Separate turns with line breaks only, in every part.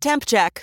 Temp check.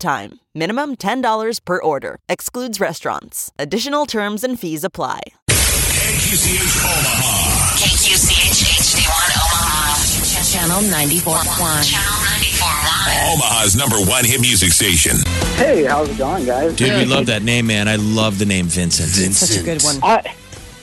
time. Minimum $10 per order. Excludes restaurants. Additional terms and fees apply.
KQCH Omaha.
KQCHHD1 Omaha. Channel 94.1. Channel 94.1.
Omaha's number one hit music station.
Hey, how's it going, guys?
Dude, we love that name, man. I love the name Vincent.
Such a good one.
I,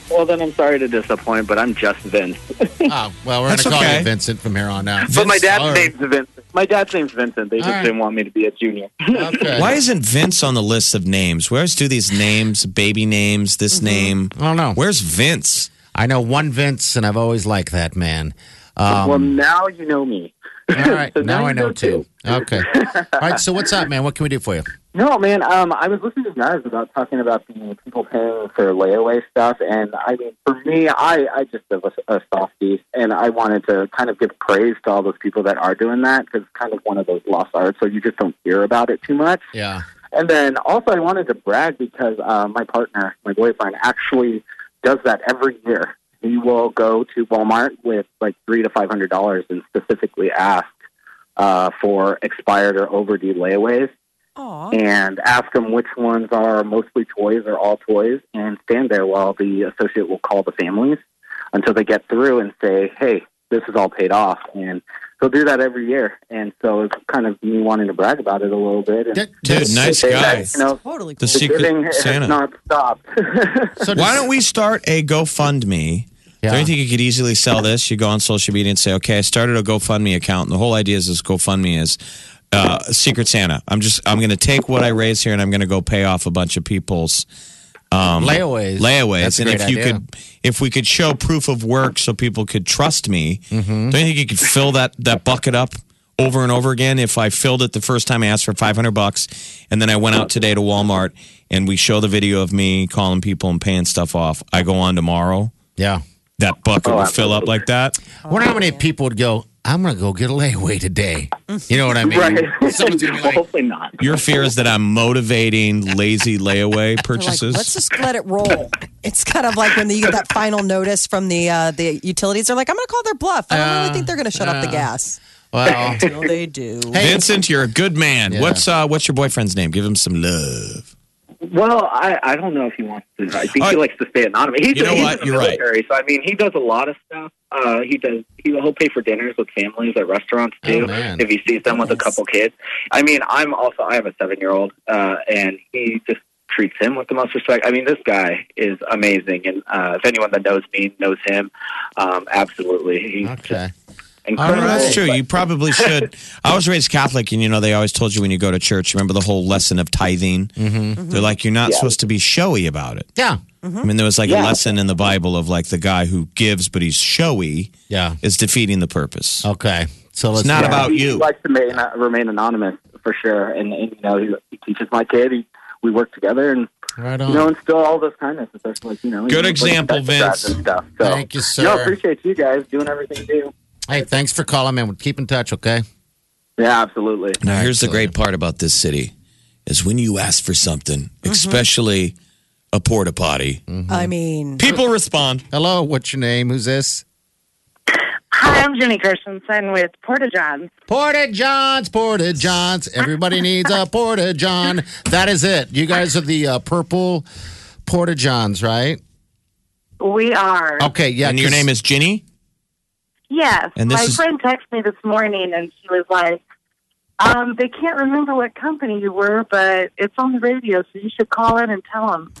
well, then I'm sorry to disappoint, but I'm just Vince.
Oh, well, we're going
That's
to call
okay.
you Vincent from here on out.
but my
Vince,
dad's
all right.
name's Vincent. My dad's name's Vincent. They just
right.
didn't want me to be a junior.
Okay.
Why isn't Vince on the list of names? We always do these names, baby names, this name.
I don't know.
Where's Vince?
I know one Vince, and I've always liked that man. Um,
well, now you know me.
all right,
so
now,
now
I
you
know
know
two.
two.
Okay. All right, so what's up, man? What can we do for you?
No, man. Um, I was listening to guys about talking about the people paying for layaway stuff, and I mean, for me, I I just am a, a softie, and I wanted to kind of give praise to all those people that are doing that because it's kind of one of those lost arts, so you just don't hear about it too much.
Yeah.
And then also, I wanted to brag because uh, my partner, my boyfriend, actually does that every year. He will go to Walmart with like three to five hundred dollars and specifically ask uh, for expired or overdue layaways, and ask them which ones are mostly toys or all toys, and stand there while the associate will call the families until they get through and say, "Hey, this is all paid off." And he'll do that every year. And so it's kind of me wanting to brag about it a little bit. And,
That-
Dude,
that's-
nice
say
guy.
that, you know,
Totally
The
cool.
the giving
secret
has
Santa.
not stopped.
So
Why don't we start a GoFundMe?
Yeah.
Don't you think you could easily sell this? You go on social media and say, okay, I started a GoFundMe account. And the whole idea is this GoFundMe is uh, Secret Santa. I'm just, I'm going to take what I raise here and I'm going to go pay off a bunch of people's um,
Layaways.
Layaways.
That's a
and
great
if you
idea.
could, if we could show proof of work so people could trust me,
Mm-hmm.
don't you think you could fill that, that bucket up? Over and over again. If I filled it the first time, I asked for five hundred bucks, and then I went out today to Walmart and we show the video of me calling people and paying stuff off. I go on tomorrow.
Yeah.
That bucket will fill up like that.
I wonder how many people would go, I'm going to go get a layaway today. You know what I mean?
right.
Someone's going to be like,
Hopefully not.
Your fear is that I'm motivating lazy layaway purchases.
Let's just let it roll. It's kind of like when you get that final notice from the uh, the utilities. They're like, I'm going to call their bluff. I don't
Uh,
really think they're going to shut off the gas.
well,
No, they do.
Vincent, you're a good man.
Yeah.
What's uh, what's your boyfriend's name? Give him some love.
Well, I, I don't know if he wants to. I think
All
he
right.
likes to stay anonymous. He's,
Uh, You know
he's
what?
in the
You're right.
military, So I mean, he does a lot of stuff. Uh, he does. He, he'll pay for dinners with families at restaurants too
Oh, man.
if he sees them with a
Goodness.
couple kids. I mean, I'm also I have a seven year old, uh, and he just treats him with the most respect. I mean, this guy is amazing, and uh, if anyone that knows me knows him, um, absolutely, he's just
okay.
Oh,
incredible.
that's true.
But-
You probably should. I was raised Catholic, and you know they always told you when you go to church. Remember the whole lesson of tithing? Mm-hmm. They're like you're not
Yeah. Mm-hmm.
supposed to be showy about it.
Yeah.
I mean, there was like a
Yeah.
lesson in the Bible of like the guy who gives but he's showy
Yeah.
is defeating the purpose.
Okay. So let's
It's not
yeah.
about
he
you.
likes to remain, uh, remain anonymous for sure, and, and you know he, he teaches my kid. He, we work together, and
Right
you know,
on.
instill all this kindness, especially you know.
Good
he-
example,
he does
Vince.
And stuff. So,
Thank you,
No,
sir.
appreciate you guys doing everything you do.
Hey, thanks for calling, man. We'll keep in touch, okay?
Yeah, absolutely.
Now,
All right,
here's the
so-
great part about this city is when you ask for something,
Mm-hmm.
especially a porta potty,
I mean,
people respond.
Hello, what's your name? Who's this?
Hi, I'm Jenny Christensen with Porta Johns.
Porta Johns, Porta Johns. Everybody needs a Porta John. That is it. You guys are the uh, purple Porta Johns, right?
We are.
Okay, yeah.
and your
'cause-
name is Ginny?
Yes.
Oh. And this
My
is-
friend texted me this morning and she was like, um, they can't remember what company you were, but it's on the radio, so you should call in and tell them.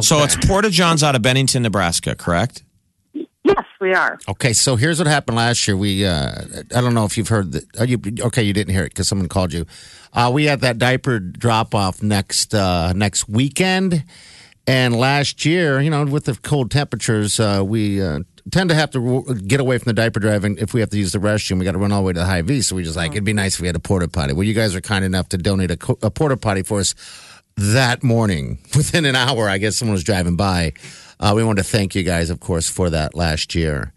So it's Porta John's out of Bennington, Nebraska, correct?
Yes, we are.
Okay, so here's what happened last year. We, uh, I don't know if you've heard that. Are you okay? You didn't hear it because someone called you. Uh, we had that diaper drop off next uh, next weekend, and last year, you know, with the cold temperatures, uh, we uh, tend to have to w- get away from the diaper drive, and if we have to use the restroom, we got to run all the way to the high V. So we just like it'd be nice if we had a porta potty. Well, you guys are kind enough to donate a, co- a porta potty for us that morning. Within an hour, I guess someone was driving by. Uh, we want to thank you guys, of course, for that last year.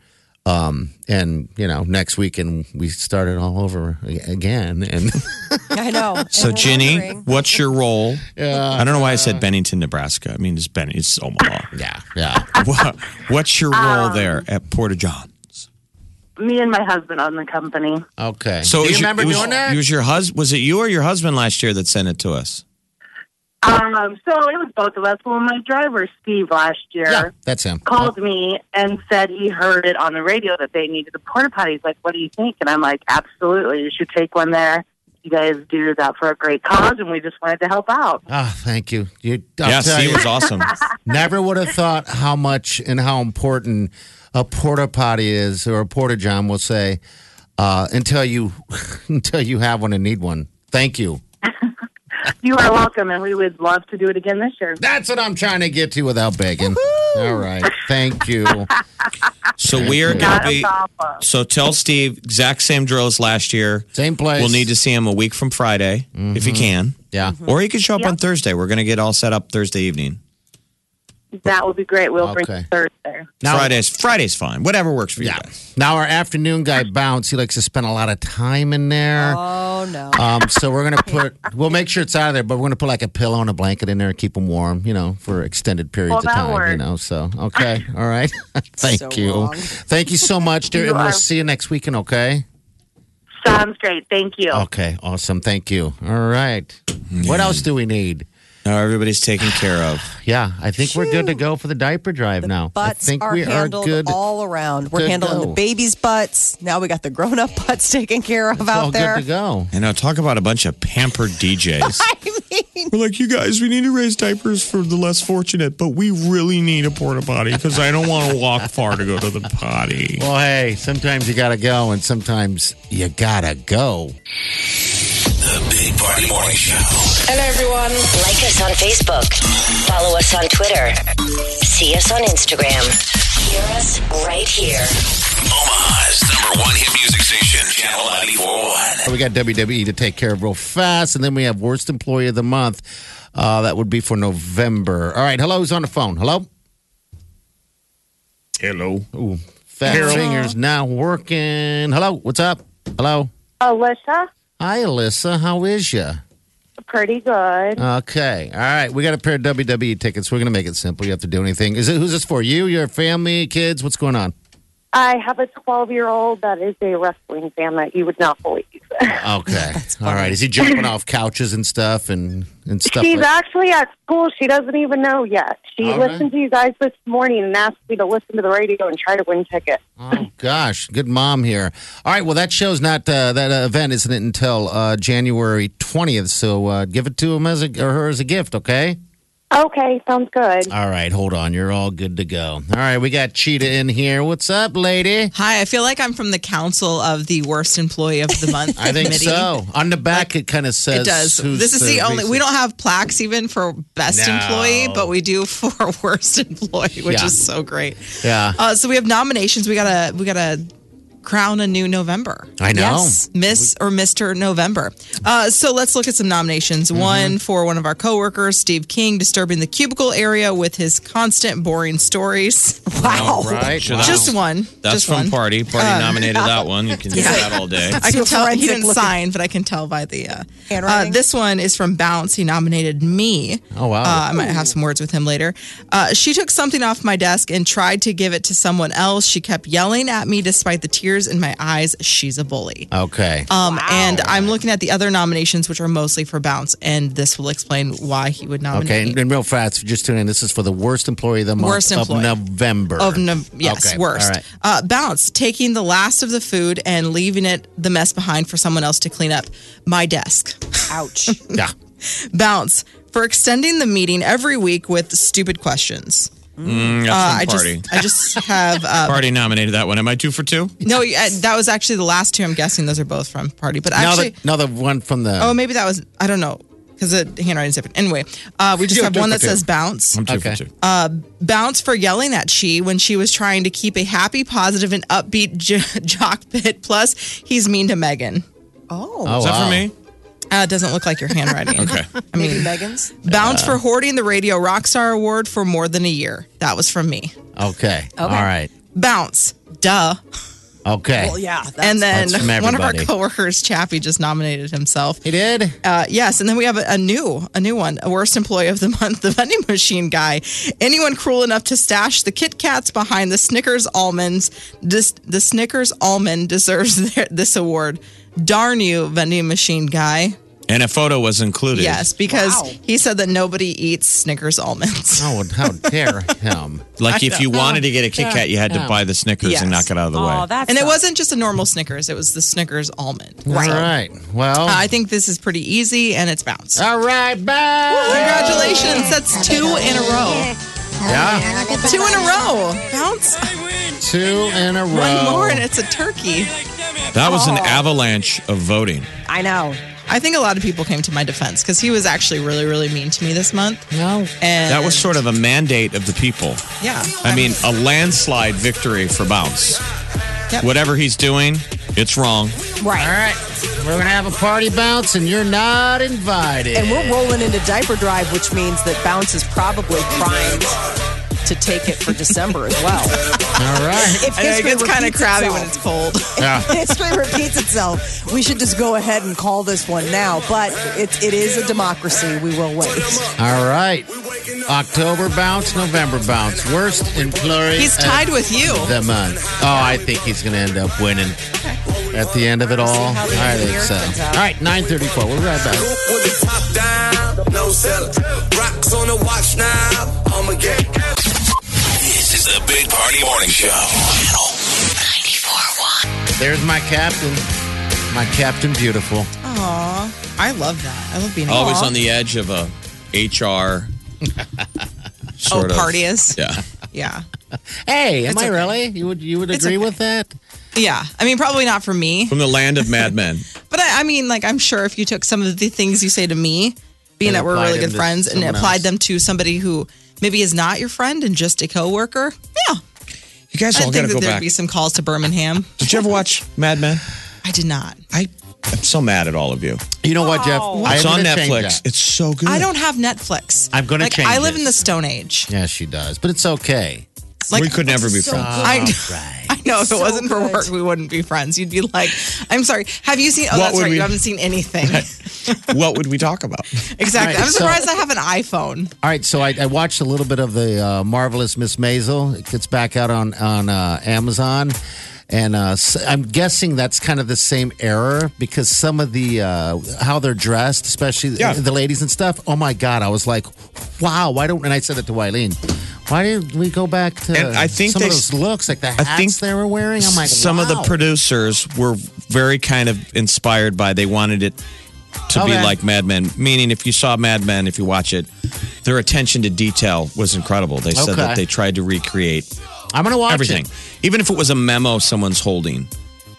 Um, and you know, next weekend we started all over a- again, and
I know.
So,
And we're
Ginny,
wondering.
what's your role? I don't know why I said Bennington, Nebraska. I mean, it's Ben. It's Omaha.
yeah, yeah.
What- what's your role there at Porta Johns?
Me and my husband own the company.
Okay.
So, it
do
was
you
your-
remember
it was,
doing that?
It was your hus- Was it you or your husband last year that sent it to us?
Um, so it was both of us. Well, my driver, Steve, last year
yeah, that's him.
called me and said he heard it on the radio that they needed the porta potties. Like, what do you think? And I'm like, absolutely. You should take one there. You guys do that for a great cause, and we just wanted to help out.
Ah, thank you. You, I'll
yes,
tell
he
you,
was awesome.
never would have thought how much and how important a porta potty is, or a porta john, we'll say, uh, until you until you have one and need one. Thank you.
You are welcome, and we would love to do it again this year.
That's what I'm trying to get to without begging. All right, thank you.
So we are going
Not
to
a
be.
problem.
So tell Steve exact same drills last year.
Same place.
We'll need to see him a week from Friday if he
Mm-hmm.
can,
Yeah.
or he could show up on Thursday. We're going to get all set up Thursday evening.
That would be great. We'll bring
Okay.
it Thursday.
Now-
Fridays, Fridays fine. Whatever works for
Yeah.
you guys.
Now our afternoon guy bounce. He likes to spend a lot of time in there.
Oh, no.
Um, so we're gonna put. We'll make sure it's out of there, but we're gonna put like a pillow and a blanket in there and keep them warm. You know, for extended periods
Well,
of
that
time. You
works.
know, so okay, all right. Thank
So
you,
wrong.
thank you so much, dear. and we'll see you next weekend. Okay.
Sounds great. Thank you.
Okay. Awesome. Thank you. All right. What else do we need?
Now everybody's taken care of.
Yeah, I think we're good to go for the diaper drive now. I
Butts
think
are
we are
handled
good.
all around.
to
We're handling
go.
the baby's butts. Now we got the grown up butts taken care of out
all
there.
good to go.
And I'll talk about a bunch of pampered DJs.
I mean,
We're like, you guys, we need to raise diapers for the less fortunate, but we really need a porta potty because I don't want to walk far to go to the potty.
Well, hey, sometimes you gotta go, and sometimes you gotta go.
The Big Party Morning Show.
Hello, everyone. Like us on Facebook. Follow us on Twitter. See us on Instagram. Hear us right here.
Omaha's number one hit music station. Channel 941.
We got WWE to take care of real fast, and then we have worst employee of the month. Uh, that would be for November. All right, hello, who's on the phone? Hello,
Hello.
Ooh, fat fingers now working. Hello, what's up? Hello,
Oh, Alicia,
hi Alyssa, how is you?
pretty good.
Uh, Okay, all right, we got a pair of WWE tickets. We're gonna make it simple. You have to do anything. Is it who's this for? You, your family, kids? What's going on?
I have a 12 year old that is a wrestling fan that you would not believe.
Okay, all right. Is he jumping off couches and stuff and and stuff?
She's
like-
actually at school. She doesn't even know yet. She
All
listened
right.
to you guys this morning and asked me to listen to the radio and try to win tickets.
Oh gosh, good mom here. All right, well that show's not uh, that uh, event isn't it until uh, January twentieth. So uh, give it to him as a, or her as a gift, okay?
Okay, sounds good.
All right, hold on, you're all good to go. All right, we got Cheetah in here. What's up, lady?
Hi, I feel like I'm from the council of the worst employee of the month.
I think
committee.
so. On the back, it kind of says
It does.
who's
This is the only. We don't have plaques even for best
No.
employee, but we do for worst employee, which
Yeah.
is so great.
Yeah,
Uh, so we have nominations. We gotta we gotta crown a new November.
I know.
yes.
Miss or Mr. November. Uh, so let's look at some nominations.
Mm-hmm.
One for one of our coworkers, Steve King, disturbing the cubicle area with his constant boring stories.
Wow.
All right,
Should I-
Just one.
That's
just
from
one. Uh,
Party. Party nominated that one. You can do that all day.
I
So
can tell he
forensic
didn't
looking.
sign, but I can tell by the uh,
Handwriting?
Uh, this one is from Bounce. He nominated me.
Oh, wow.
Uh, I might have some words with him later. Uh, she took something off my desk and tried to give it to someone else. She kept yelling at me despite the tears in my eyes. She's a bully.
Okay.
Um, And I'm looking at the other nominations, which are mostly for Bounce, and this will explain why he would nominate
Okay,
me.
and, and real fast, if you're just tuning in, this is for the worst employee of the month
Worst employee.
of November.
Of no- yes,
Okay,
worst.
All right.
Uh, bounce taking the last of the food and leaving it the mess behind for someone else to clean up. My desk.
Ouch.
Yeah.
Bounce for extending the meeting every week with stupid questions.
Mm, that's
Uh, I
from Party.
just I just have uh,
Party nominated that one. Am I two for two?
no. I, that was actually um, the last two. I'm guessing those are both from Party, but
Now
actually,
the, now the one from the
oh maybe that was I don't know. because the handwriting's different. Anyway, uh, we just have one that says bounce.
I'm two
Okay.
for two.
Uh, Bounce for yelling at she when she was trying to keep a happy, positive, and upbeat j- jock pit. Plus, he's mean to Megan.
Oh,
Is that
wow.
for me?
Uh, it doesn't look like your handwriting.
Okay.
I mean,
Megan's.
bounce for hoarding the Radio Rockstar Award for more than a year. That was from me.
Okay. All right.
Bounce. Duh.
Okay.
Well, yeah. That's,
and then
That's from
one of our
everybody.
coworkers, Chappie, just nominated himself.
He did.
Uh, yes, and then we have a, a new, a new one, a worst employee of the month, the vending machine guy. Anyone cruel enough to stash the Kit Kats behind the Snickers almonds, this, the Snickers almond deserves their, this award. Darn you, vending machine guy.
And a photo was included.
Yes, because he said that nobody eats Snickers almonds.
Oh, how dare him!
Like if you wanted to get a Kit Kat, you had to buy the Snickers and
Oh, Yes.
knock it out of the way.
Oh, that's
And it wasn't just a normal Snickers, it was the Snickers almond.
All right. Ah. Well.
Uh, I think this is pretty easy and it's bounced.
all right. Bye.
Congratulations. That's two in a row.
Yeah.
Two in a row. Bounce.
Two in a row.
Oh.
One more and it's a turkey.
That was an avalanche of voting.
I know.
I think a lot of people came to my defense because he was actually really, really mean to me this month.
no.
And
That was sort of a mandate of the people.
yeah.
I mean, a landslide victory for Bounce.
Yep.
Whatever he's doing, it's wrong.
All right. We're gonna have a party bounce, and you're not invited.
and we're rolling into diaper drive, which means that Bounce is probably primed to take it for December as well.
all right.
If
I know it
history
gets kind of
repeats
crabby when
itself-
it's cold.
Yeah.
history repeats itself. We should just go ahead and call this one now. But it, it is a democracy. We will wait.
All right. October bounce, November bounce. Worst employee.
He's tied with you.
of the month. Oh, I think he's gonna end up winning at the end of it all.
how the
I
end of the
think
year
so.
turns out.
All right. Nine thirty-four. We're right back.
This is the Big Party Morning Show. Channel
941.
There's my captain. My captain, beautiful.
Aw. I love that. I love being
Always
Aw.
on the edge of a HR
Oh,
sort of.
party is.
Yeah.
Yeah.
Hey, am I
okay.
really? You would you would
It's
agree
okay.
with that?
Yeah. I mean, probably not for me,
From the land of madmen.
but I, I mean, like, I'm sure if you took some of the things you say to me, being
And
that we're
applied
really
them
good
to
friends, and
someone
applied
else.
them to somebody who maybe is not your friend and just a coworker, yeah,
You guys
I
all got to
think that
go
there'd
back.
be some calls to Birmingham.
Did you ever watch Mad Men?
I did not.
I, I'm so mad at all of you.
You know what, Jeff? I
It's
am
on
gonna change
Netflix.
that.
It's so good.
I don't have Netflix.
I'm gonna
like,
change
I live
it.
in the Stone Age.
Yeah, she does, but it's okay.
Like,
we could never be friends.
I,
Oh, right.
I know if it wasn't for work, we wouldn't be friends. You'd be like, I'm sorry. Have you seen? Oh,
What
that's
would
right.
we-
You haven't seen anything.
what would we talk about?
exactly.
Right,
I'm
so-
surprised I have an iPhone.
All right, so I, I watched a little bit of the uh, marvelous Miss Maisel. It gets back out on on uh, Amazon, and uh, s- I'm guessing that's kind of the same error because some of the uh, how they're dressed, especially
Yeah.
the ladies and stuff. Oh my God, I was like, wow, why don't? And I said it to Wyleen. Why didn't we go back to?
And I think
some
they
of
s-
those looks, like the hats
think
they were wearing. I'm like,
some of the
wow.
producers were very kind of inspired by they wanted it to be
Okay.
like Mad Men. Meaning, if you saw Mad Men, if you watch it, their attention to detail was incredible. They said
Okay.
that they tried to recreate
I'm gonna watch
everything,
It.
even if it was a memo someone's holding.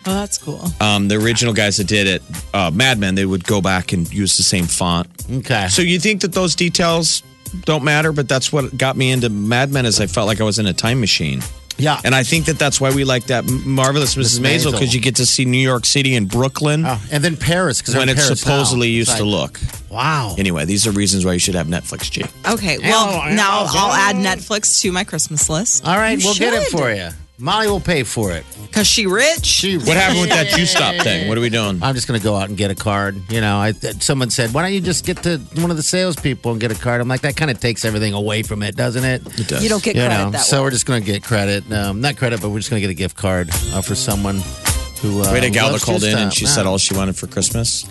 Oh, that's cool.
Uh,
Um, the original guys that did it, uh, Mad Men, they would go back and use the same font.
Okay.
So you think that those details don't matter? But that's what got me into Mad Men, is I felt like I was in a time machine.
yeah.
And I think that that's why we like that marvelous Mrs.
Mrs.
Maisel
Maisel.
because you get to see New York City and Brooklyn
Oh, and then Paris because
when it supposedly used to look.
Wow.
Anyway, these are reasons why you should have Netflix, G.
Okay. Well,
Amazon.
now I'll add Netflix to my Christmas list.
All right,
You
we'll get it
should.
for you. Molly will pay for it.
Cause she rich.
She
What happened with that juice stop thing? What are we doing?
I'm just going to go out and get a card. You know, I, someone said, why don't you just get to one of the salespeople and get a card? I'm like, that kind of takes everything away from it, doesn't it?
It does.
You don't get
You
credit
know,
that
so
way.
we're just going to get credit. Um, not credit, but we're just going to get a gift card uh, for someone who. Uh,
Wait a gal that
loves
called
Juice
in and
Stop.
she
Wow.
said all she wanted for Christmas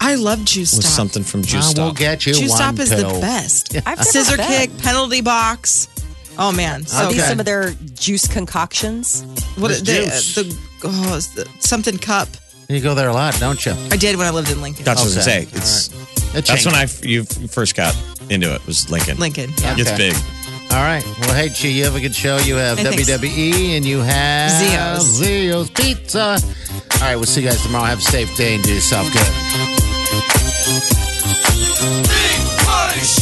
I love Juice
was
Stop.
something from Juice
I will
Stop.
Uh, get you
Juice
one
Stop is
pill.
the best.
I've never
Scissor
been.
kick, penalty box. Oh man, so
Are these
Okay.
some of their juice concoctions?
what
There's
the, uh,
juice.
the oh, it's the- something cup?
You go there a lot, don't you?
I did when I lived in Lincoln. Oh,
That's what I say.
Okay.
It's,
That
That's
changed.
when I f- you f- first got into it was Lincoln.
Lincoln. Yeah.
It's
Okay.
big.
All right. Well, hey, Chi, you have a good show. You have
Hey, thanks.
WWE and you have
Zio's.
Zio's Pizza. All right. We'll see you guys tomorrow. Have a safe day and do yourself good.
This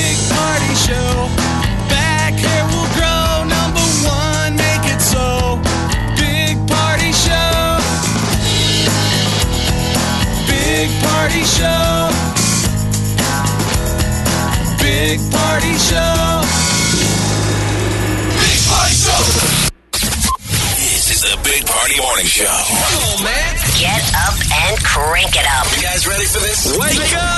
party show. Back hair will grow. Number one, make it so. Big party show. Big party show. Big party show. Big party show.
This is the Big Party Morning Show.
Come on, man.
Get up and crank it up.
You guys ready for this?
Wake up.